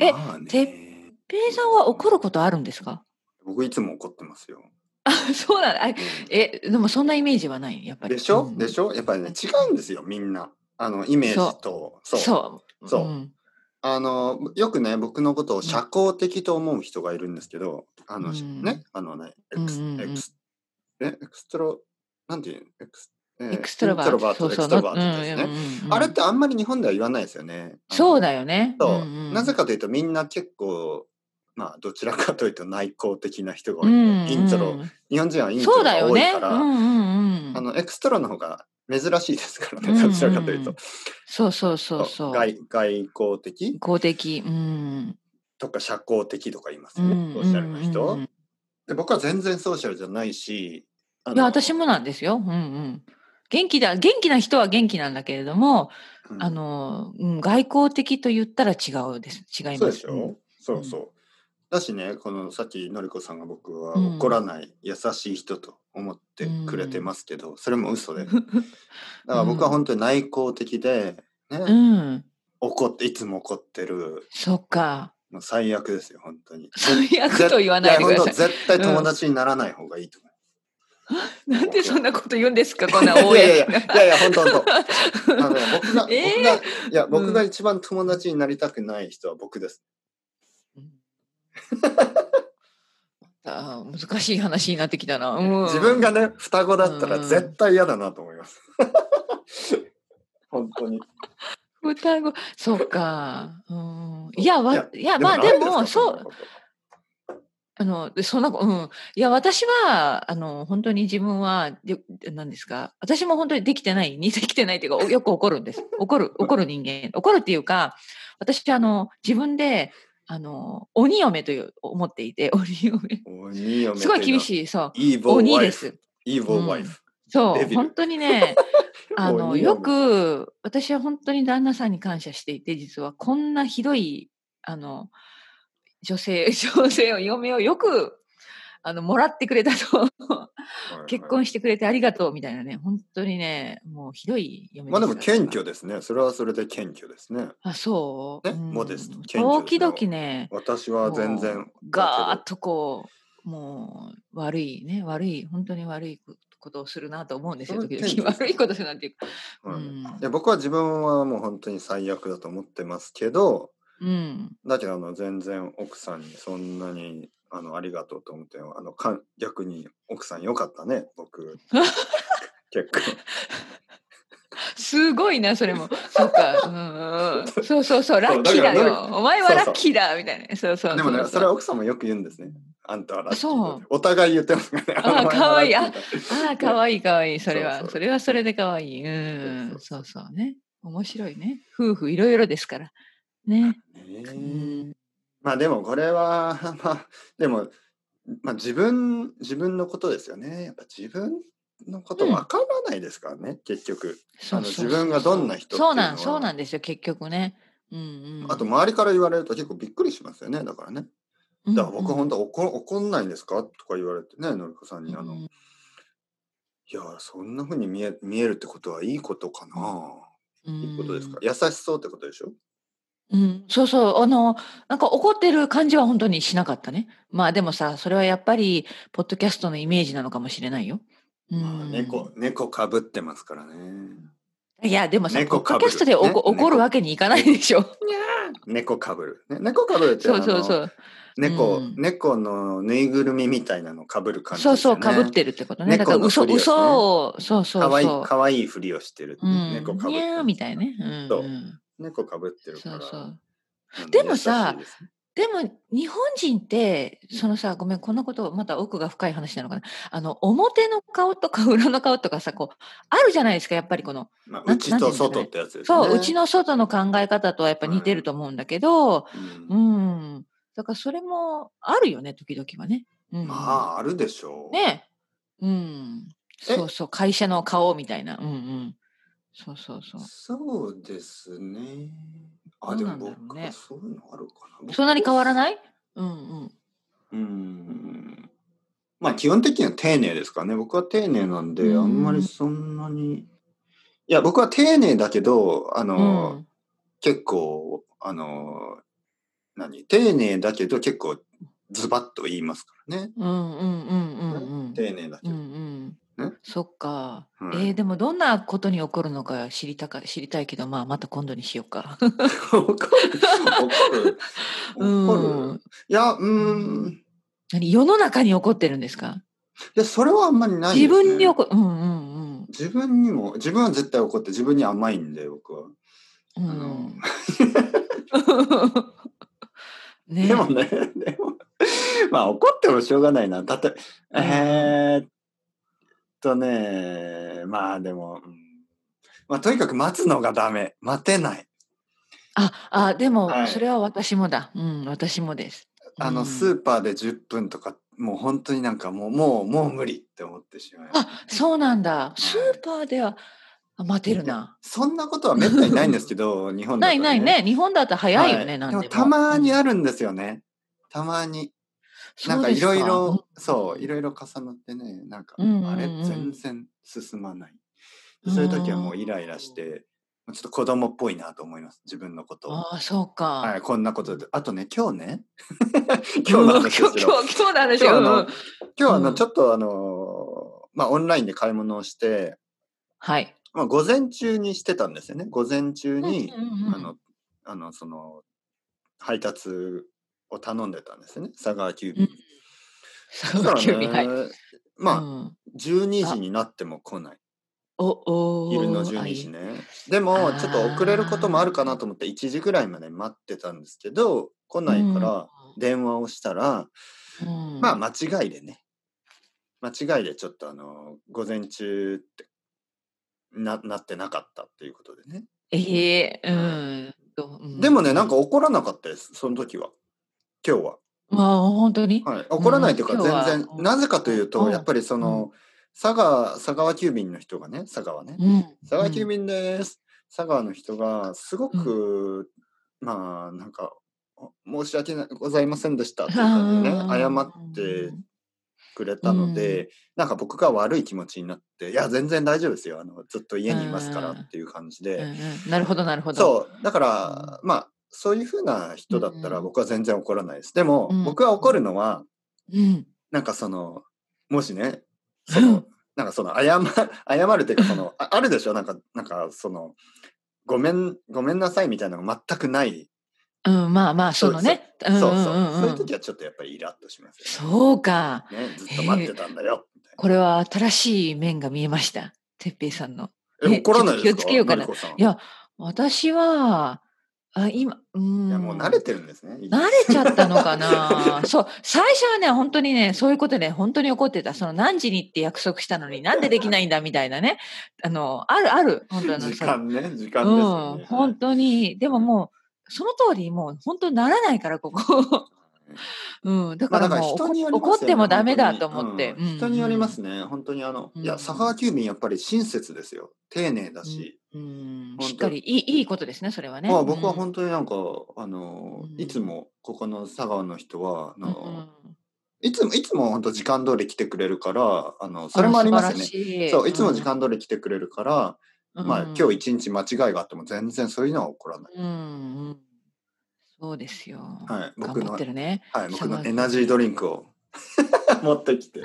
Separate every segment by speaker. Speaker 1: え
Speaker 2: まあね
Speaker 1: てっペイさんは怒ることあるんですか
Speaker 2: 僕いつも怒ってますよ。
Speaker 1: あ そうなんだ。あえ、でもそんなイメージはない、やっぱり。
Speaker 2: でしょ、
Speaker 1: うん
Speaker 2: でしょやっぱりね、違うんですよ、みんな。あの、イメージと。そう。
Speaker 1: そう。
Speaker 2: そうんあの、よくね、僕のことを社交的と思う人がいるんですけど、あの、
Speaker 1: うん
Speaker 2: ね、あのね、エクス、
Speaker 1: うんうんうん
Speaker 2: エクス、ね、エクストロ、なんていうのエクス、えー
Speaker 1: エクストラバート。
Speaker 2: エクストロバートエクストロバートですね。
Speaker 1: うんうんうん
Speaker 2: あれってあんまり日本では言わないですよね。
Speaker 1: そう
Speaker 2: だ。
Speaker 1: だよね。
Speaker 2: そう、
Speaker 1: んん
Speaker 2: なぜかというとみんな結構、まあどちらかというと内向的な人が多
Speaker 1: う
Speaker 2: い、
Speaker 1: んうん
Speaker 2: イントロ、日本人はイント
Speaker 1: そ
Speaker 2: ロ
Speaker 1: うだ
Speaker 2: が
Speaker 1: よ
Speaker 2: 多い
Speaker 1: ね。
Speaker 2: か
Speaker 1: う
Speaker 2: ら、
Speaker 1: んうんう
Speaker 2: あ
Speaker 1: ん。
Speaker 2: のエクストラの方が珍しいですからね、
Speaker 1: うんうんうん
Speaker 2: どちらかというと。
Speaker 1: そうそうそうそう。
Speaker 2: 外外交的
Speaker 1: 公的。うん。
Speaker 2: とか社交的とか言います
Speaker 1: う
Speaker 2: よね、
Speaker 1: ん
Speaker 2: ソーシャルの人、
Speaker 1: うんうんうん
Speaker 2: で。僕は全然ソーシャルじゃないし、あの
Speaker 1: いや、私もなんですよ。うんうん。元気だ、元気な人は元気なんだけれども、
Speaker 2: うん
Speaker 1: あの、うん、外交的と言ったら違うです。違います。
Speaker 2: そうでしょ、
Speaker 1: うん
Speaker 2: そうそう。だしね、このさっきのりこさんが僕は
Speaker 1: うん
Speaker 2: 怒らない、優しい人と思ってくれてますけど、それも嘘 で。だから僕は本当に内向的で、ね
Speaker 1: うん。
Speaker 2: 怒って、いつも怒ってる、
Speaker 1: そっか。
Speaker 2: もう最悪ですよ、本当に。
Speaker 1: 最悪と言わ
Speaker 2: い
Speaker 1: な
Speaker 2: や、
Speaker 1: いで
Speaker 2: 本
Speaker 1: く
Speaker 2: 当
Speaker 1: ださい。
Speaker 2: 絶対友達にならない方がいいと思う。
Speaker 1: なんでそんなこと言うんですか、こんない公
Speaker 2: やいや
Speaker 1: や
Speaker 2: いや、いやいや、本当本当。あのね僕が、僕が、
Speaker 1: えー
Speaker 2: いや、
Speaker 1: ん
Speaker 2: 僕が一番友達になりたくない人は僕です。
Speaker 1: あー難しい話になってきたな。うん
Speaker 2: 自分がね、双子だったら
Speaker 1: うん
Speaker 2: 絶対嫌だなと思います。 本当に。
Speaker 1: 双子、そうか。うん、いや、わ、い
Speaker 2: で
Speaker 1: や、
Speaker 2: も
Speaker 1: まあ、
Speaker 2: ない
Speaker 1: ですも、
Speaker 2: か
Speaker 1: そ
Speaker 2: んな
Speaker 1: う、
Speaker 2: こと
Speaker 1: あの、でそんなこ、うん。いや、私は、あの、本当に自分は、で何ですか。私も本当にできてない、にできてないっていうか、およく怒るんです。怒る、怒る人間。怒るっていうか、私、あの、自分で、あの、鬼嫁という、思っていて、鬼嫁。
Speaker 2: 鬼嫁
Speaker 1: すごい厳
Speaker 2: い。
Speaker 1: しい、そう。
Speaker 2: イーボー
Speaker 1: 鬼
Speaker 2: ワイ
Speaker 1: で
Speaker 2: フ。
Speaker 1: す。
Speaker 2: イーボーワイフ。
Speaker 1: そ
Speaker 2: デ
Speaker 1: う、
Speaker 2: ビル
Speaker 1: 本当 にね、あ
Speaker 2: も
Speaker 1: の、
Speaker 2: ういい
Speaker 1: よ
Speaker 2: よ
Speaker 1: く、私は本当に旦那さんに感謝していて、実はこんなひどい、あの、女性、 女性を、嫁をよく、あの、もらってくれた と。結婚
Speaker 2: し
Speaker 1: してくれてありがとう、みたいなね。本当にね、もうひどい嫁
Speaker 2: まあでも
Speaker 1: すから
Speaker 2: 謙虚ですね。それはそれで謙虚ですね。
Speaker 1: あ、そう。
Speaker 2: ねモデスト謙虚で
Speaker 1: 時
Speaker 2: すよ
Speaker 1: 々ね、
Speaker 2: 私は全然。
Speaker 1: ガーッとこう、もう悪いね、悪い、本当に悪いことをするなと思うんですよ、
Speaker 2: それ
Speaker 1: 時
Speaker 2: 謙虚
Speaker 1: 々。
Speaker 2: ですね
Speaker 1: 悪いことするなんていうか。
Speaker 2: うん
Speaker 1: うん
Speaker 2: いや僕は自分はもう本当に最悪だと思ってますけど、
Speaker 1: うん。
Speaker 2: だけどあの全然奥さんにそんなにあのありがとうと思ってあのかん逆に奥さんよかったね 僕結構
Speaker 1: すごいな、そ れも。そうか。うんうん。そうそうそう、ラッキーだ
Speaker 2: だから
Speaker 1: よ。お前はラッキーだ、みたいな。そうそうそう。
Speaker 2: でもねそれ
Speaker 1: あ
Speaker 2: は奥さんもよく言うんですねあんたはラッキーだ
Speaker 1: そう
Speaker 2: ってお互い言ってますからね
Speaker 1: あー
Speaker 2: お前
Speaker 1: かわいい
Speaker 2: はラッキーだ
Speaker 1: あー、かわいいかわいい。それ
Speaker 2: そう
Speaker 1: は、
Speaker 2: そう
Speaker 1: それはそれでかわいい。うん。
Speaker 2: そ
Speaker 1: そう
Speaker 2: そう
Speaker 1: うそうね。面白いね。夫婦いろいろですから。ね。
Speaker 2: ね
Speaker 1: う
Speaker 2: え
Speaker 1: ん。
Speaker 2: まあでもこれは まあでも、まあ、自分自分のことですよねやっぱ自分のことわからないですからね、結局
Speaker 1: そうそうそう
Speaker 2: 自分がどんな人っていうの
Speaker 1: そ
Speaker 2: は
Speaker 1: うなん、そうなんですよ、結局ね。うんうん。
Speaker 2: あと周りから言われると結構びっくりしますよねだからね
Speaker 1: うんうん、
Speaker 2: だから僕本当怒怒んないんですかとか言われてねのりこさんにあの、
Speaker 1: うん
Speaker 2: いやそんな風に見え見えるってことはいいことかな、いいことですか優しそうってことでしょ
Speaker 1: うん、そうそう。あの、なんか怒ってる感じは本当にしなかったね。まあでもさ、それはやっぱり、ポッドキャストのイメージなのかもしれないよ。うん
Speaker 2: まあ猫猫かぶってますからね
Speaker 1: いや、でもさ、ポ
Speaker 2: 猫
Speaker 1: ッ
Speaker 2: かぶ
Speaker 1: ド
Speaker 2: る
Speaker 1: キャストでおこ、
Speaker 2: ね
Speaker 1: 怒るわけにいかないでしょ。
Speaker 2: 猫かぶる、ね、猫かぶるって
Speaker 1: そうそう
Speaker 2: あ
Speaker 1: そ
Speaker 2: の
Speaker 1: う。
Speaker 2: 猫、
Speaker 1: うん
Speaker 2: 猫のぬいぐるみみたいなのかぶる感じ
Speaker 1: そうそう、か
Speaker 2: か
Speaker 1: ぶ
Speaker 2: ぶ
Speaker 1: ってるってことね。だから
Speaker 2: 猫の
Speaker 1: 嘘、
Speaker 2: ふりをしてね
Speaker 1: 嘘を、そうそうそう。
Speaker 2: かわいいかわいいふりをしてる、
Speaker 1: うん、
Speaker 2: 猫かぶっ
Speaker 1: に
Speaker 2: て
Speaker 1: ゃー
Speaker 2: る
Speaker 1: みたいなね。うん、
Speaker 2: そう
Speaker 1: うん
Speaker 2: 猫かぶってるか
Speaker 1: そ
Speaker 2: ら
Speaker 1: うそう。
Speaker 2: あの
Speaker 1: でもさ
Speaker 2: 優しいですね
Speaker 1: でも日本人ってそのさごめんこんなことまた奥が深い話なのかなあの表の顔とか裏の顔とかさこうあるじゃないですかやっぱりこの
Speaker 2: まあ、
Speaker 1: なん
Speaker 2: 内
Speaker 1: なんてい
Speaker 2: と
Speaker 1: うんですか
Speaker 2: 外っ
Speaker 1: ね
Speaker 2: てやつですね
Speaker 1: そう、うちの外の考え方とはやっぱ似てると思うんだけど
Speaker 2: うん
Speaker 1: うん、だからそれもあるよね時々はね、うん、
Speaker 2: まああるでしょう
Speaker 1: ねうん
Speaker 2: え
Speaker 1: そうそう会社の顔みたいなうんうんそうそうそう
Speaker 2: そうですね。あ、
Speaker 1: ど
Speaker 2: で
Speaker 1: うな
Speaker 2: も
Speaker 1: んだろう
Speaker 2: 僕
Speaker 1: ね
Speaker 2: はそういうのあるかな。
Speaker 1: そんなに変わら
Speaker 2: い
Speaker 1: ないうんうん
Speaker 2: うん。まあ基本的には丁寧ですからね。僕は丁寧なんで、
Speaker 1: うん
Speaker 2: あんまりそんなに。いや、僕は丁寧だけど、あ
Speaker 1: う
Speaker 2: の、
Speaker 1: ん
Speaker 2: 結構、あの、何丁寧だけど結構ズバッと言いますからね。
Speaker 1: うんうんうんうんうん。
Speaker 2: 丁寧だけ
Speaker 1: う
Speaker 2: ど。
Speaker 1: んう
Speaker 2: ね
Speaker 1: ん。そっか。
Speaker 2: うん
Speaker 1: えーでもどんなことに起こるのか知りたか知りたいけど、まあまた今度にしようか。
Speaker 2: 怒る怒る怒
Speaker 1: う
Speaker 2: る
Speaker 1: ん。
Speaker 2: いや、う。
Speaker 1: うん何世の中に起こってるんですか。
Speaker 2: いや、それはあんまりない、
Speaker 1: 自分に起
Speaker 2: 怒
Speaker 1: こ、うんうん
Speaker 2: 自分にも、自分は絶対怒って、自分に甘いんで、僕は。
Speaker 1: うん。う
Speaker 2: あの
Speaker 1: ん。 ねえ。
Speaker 2: でもね、でも、 まあ怒ってもしょうがないな。だって、
Speaker 1: ん
Speaker 2: えーっとね、まあでも、うんまあとにかく待つのがダメ。待てない。
Speaker 1: あ、あ、でも
Speaker 2: はい、
Speaker 1: それは私もだ。うん、私もです。
Speaker 2: あ
Speaker 1: う
Speaker 2: の、
Speaker 1: ん
Speaker 2: スーパーで10分とか、もう本当になんかもう、もう、もう無理って思ってしまいます
Speaker 1: あ、そうなんだ。スーパーでは、あ待てるな。
Speaker 2: そんなことはめったにないんですけど、日本だ
Speaker 1: な
Speaker 2: と
Speaker 1: いないね。日本だと早いよ
Speaker 2: は
Speaker 1: ね、な
Speaker 2: で
Speaker 1: んで
Speaker 2: も
Speaker 1: も。
Speaker 2: たまに
Speaker 1: うん
Speaker 2: あるんですよね。たまに。
Speaker 1: そ
Speaker 2: なん
Speaker 1: う
Speaker 2: か
Speaker 1: で
Speaker 2: い
Speaker 1: すか
Speaker 2: ろいろ、そう、いろいろ重なってね、なんか、
Speaker 1: うんうんうん
Speaker 2: あれ、全然進まない。でそういう時はもうイライラして、ちょっと子供っぽいなと思います、自分のことを。
Speaker 1: ああ、そうか。
Speaker 2: はい、こんなことで。あとね、今日ね、 今
Speaker 1: 今
Speaker 2: 日
Speaker 1: 日
Speaker 2: の話
Speaker 1: の今
Speaker 2: をし
Speaker 1: 日、
Speaker 2: ろ。
Speaker 1: 今日、今日の話
Speaker 2: 今日あ
Speaker 1: を。
Speaker 2: の
Speaker 1: うん
Speaker 2: 今日あの、
Speaker 1: うん
Speaker 2: ちょっとあの、まあ、オンラインで買い物をして、
Speaker 1: はい。
Speaker 2: まあ、午前中にしてたんですよね。午前中に、
Speaker 1: うんうんうん
Speaker 2: あの、あの、その、配達を頼んでたんですよね。佐川急便。
Speaker 1: うんそ
Speaker 2: だか
Speaker 1: う、
Speaker 2: ら
Speaker 1: 急に、はい。
Speaker 2: ね、まあ、
Speaker 1: うん
Speaker 2: 12時になっても来ない。
Speaker 1: お、おー。
Speaker 2: 昼の
Speaker 1: あ
Speaker 2: 12
Speaker 1: い
Speaker 2: 時
Speaker 1: い
Speaker 2: ね。でも
Speaker 1: あ、ー
Speaker 2: ちょっと遅れることもあるかなと思って、1時ぐらいまで待ってたんですけど、来ないから電話をしたら、
Speaker 1: うんうん
Speaker 2: まあ、間違いでね。間違いでちょっとあの、午前中ってななってなかったっていうことでね。
Speaker 1: ええ、うんと。うん
Speaker 2: でもね、なんか、怒らなかったです、その時は。今日は。
Speaker 1: まあ、本当に
Speaker 2: はい、怒らないというか、
Speaker 1: 今日は
Speaker 2: 全然、
Speaker 1: うん
Speaker 2: なぜかというと、
Speaker 1: うん
Speaker 2: やっぱりその、佐賀、佐川急便の人がね、佐川ね、
Speaker 1: うん。
Speaker 2: 佐川急便です。佐川の人が、すごく、まあ、なんか、お申し訳なございませんでしたっていう感じでね、謝ってくれたので、なんか僕が悪い気持ちになって、いや、全然大丈夫ですよ。あの、ずっと家にいますからっていう感じで、
Speaker 1: うんうんなるほどなるほど。
Speaker 2: そう、だから、まあ、そういうふうな人だったら僕は全然怒らないです。でも、
Speaker 1: うん
Speaker 2: 僕は怒るのは、
Speaker 1: うん。
Speaker 2: なんかその、もし ね、その、なんかその、謝、 謝るっていうか、その、ああるでしょなんか、なんかその、ごめん、ごめんなさいみたいなのが全くない。
Speaker 1: うん、まあまあ、そのね。
Speaker 2: そうそう。
Speaker 1: んんん
Speaker 2: そういう時
Speaker 1: ん
Speaker 2: はちょっとやっぱりイラッとしますよ
Speaker 1: そうか。
Speaker 2: ね。ねずっと待ってたんだよ。みたいな
Speaker 1: これは新しい面が見えました。てっぺいさんの。
Speaker 2: え、怒らないですか
Speaker 1: ちょっと気をつけようかな
Speaker 2: のりこさん
Speaker 1: いや私は、あ、今、うん。
Speaker 2: いやもう慣れてるんですね。
Speaker 1: 慣れちゃったのか な そう、最初はね、本当にね、そういうことね、本当に怒ってた。その何時にって約束したのになんでできないんだみたいなね。あの、あるある。本当にあの
Speaker 2: 時間ね、時間ですよ
Speaker 1: うん
Speaker 2: ね。、
Speaker 1: 本当に。でももう、その通り、もう本当にならないから、ここ。 うん、だ
Speaker 2: ま
Speaker 1: か
Speaker 2: あだ
Speaker 1: ら
Speaker 2: から
Speaker 1: もう、
Speaker 2: 人によりますよね
Speaker 1: 怒ってもダメだ
Speaker 2: 本当
Speaker 1: と
Speaker 2: に
Speaker 1: 思って。
Speaker 2: うん人によります
Speaker 1: ね。
Speaker 2: ね。本当にあの、
Speaker 1: うん
Speaker 2: いや、佐川急便やっぱり親切ですよ。丁寧だし。
Speaker 1: うん
Speaker 2: 当に
Speaker 1: しっかり、いい、いいことですね、それはね。
Speaker 2: まあ、僕は本当になんか、あの
Speaker 1: うん
Speaker 2: いつもここの佐川の人はあ
Speaker 1: うん
Speaker 2: の、
Speaker 1: うん
Speaker 2: いつもいつも本当時間通り来てくれるからあのそれもありますよね。
Speaker 1: ね
Speaker 2: そういつも時、間通り来てくれるから、まあ今日一日間違いがあっても全然そういうのは起こらない。
Speaker 1: うんうん、そうですよ。
Speaker 2: はい、
Speaker 1: 頑
Speaker 2: 僕
Speaker 1: 張
Speaker 2: の
Speaker 1: ってるね。
Speaker 2: はい、僕の
Speaker 1: 佐川
Speaker 2: エナジードリンク を持ってきて。エ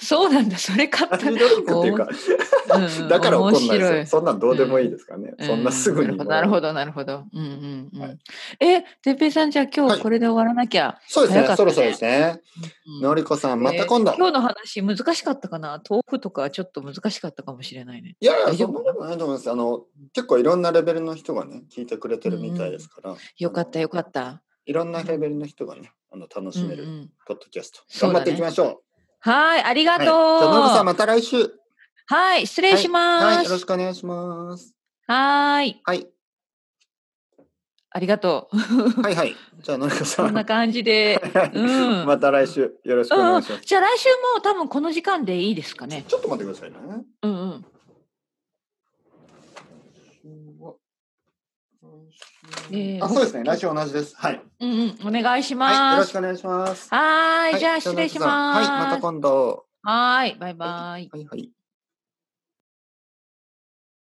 Speaker 1: そうなんだ、それ買っ
Speaker 2: ナジ
Speaker 1: た。
Speaker 2: ードリンクっていうか、
Speaker 1: う ん
Speaker 2: だから怒んないです
Speaker 1: 面
Speaker 2: よ。そんなんどうでもいいですからね。
Speaker 1: 白い
Speaker 2: そんなすぐに
Speaker 1: う。んなるほど、なるほど、なるほど。うんうんうん。
Speaker 2: はい
Speaker 1: え、てっぺいさん、じゃあ今
Speaker 2: はい
Speaker 1: 日これで終わらなきゃ。
Speaker 2: そうですね
Speaker 1: 早かった
Speaker 2: そろそろですね。
Speaker 1: うん
Speaker 2: のりこさん、また今度。
Speaker 1: えー今日の話、難しかったかな豆腐とかちょっと難しかったかもしれないね。
Speaker 2: いやいや、
Speaker 1: 大丈
Speaker 2: そ
Speaker 1: 夫
Speaker 2: んなことないと思います。あの、結構いろんなレベルの人がね、聞いてくれてるみたいですから。
Speaker 1: よかっ
Speaker 2: あ
Speaker 1: た、
Speaker 2: の
Speaker 1: よかった。
Speaker 2: いろんなレベルの人がね、あの、楽しめ
Speaker 1: うんう
Speaker 2: る
Speaker 1: ん
Speaker 2: ポッドキャスト。
Speaker 1: そう
Speaker 2: 頑張
Speaker 1: だ
Speaker 2: って
Speaker 1: ね
Speaker 2: いきましょう。
Speaker 1: はい、ありが
Speaker 2: はい
Speaker 1: と。
Speaker 2: うじゃあ、のりこさん、また来週。失
Speaker 1: はい、失礼し
Speaker 2: はい、は
Speaker 1: ま
Speaker 2: いよろし
Speaker 1: す。
Speaker 2: くお願いします。
Speaker 1: はーい、
Speaker 2: はい、
Speaker 1: ありがと う。
Speaker 2: はい、はい。じゃあ、のりこさ
Speaker 1: こん
Speaker 2: ん。
Speaker 1: な感じ で。うん
Speaker 2: また来週、よろしくお願いします。
Speaker 1: じゃあ来週も多分この時間でいいですかね。
Speaker 2: ちょっと待ってくださいね。
Speaker 1: うんうん。えー
Speaker 2: あ、そうですね。来週同じです。はい。
Speaker 1: うんうん。お願いし
Speaker 2: はい、よ
Speaker 1: ま
Speaker 2: ろし
Speaker 1: す。
Speaker 2: くお願いします。
Speaker 1: はーい。じゃあ
Speaker 2: の
Speaker 1: 失
Speaker 2: り
Speaker 1: 礼
Speaker 2: こ
Speaker 1: し
Speaker 2: さん
Speaker 1: ます。
Speaker 2: はい、また今度。
Speaker 1: はーい。バイバイ。
Speaker 2: はい、はい。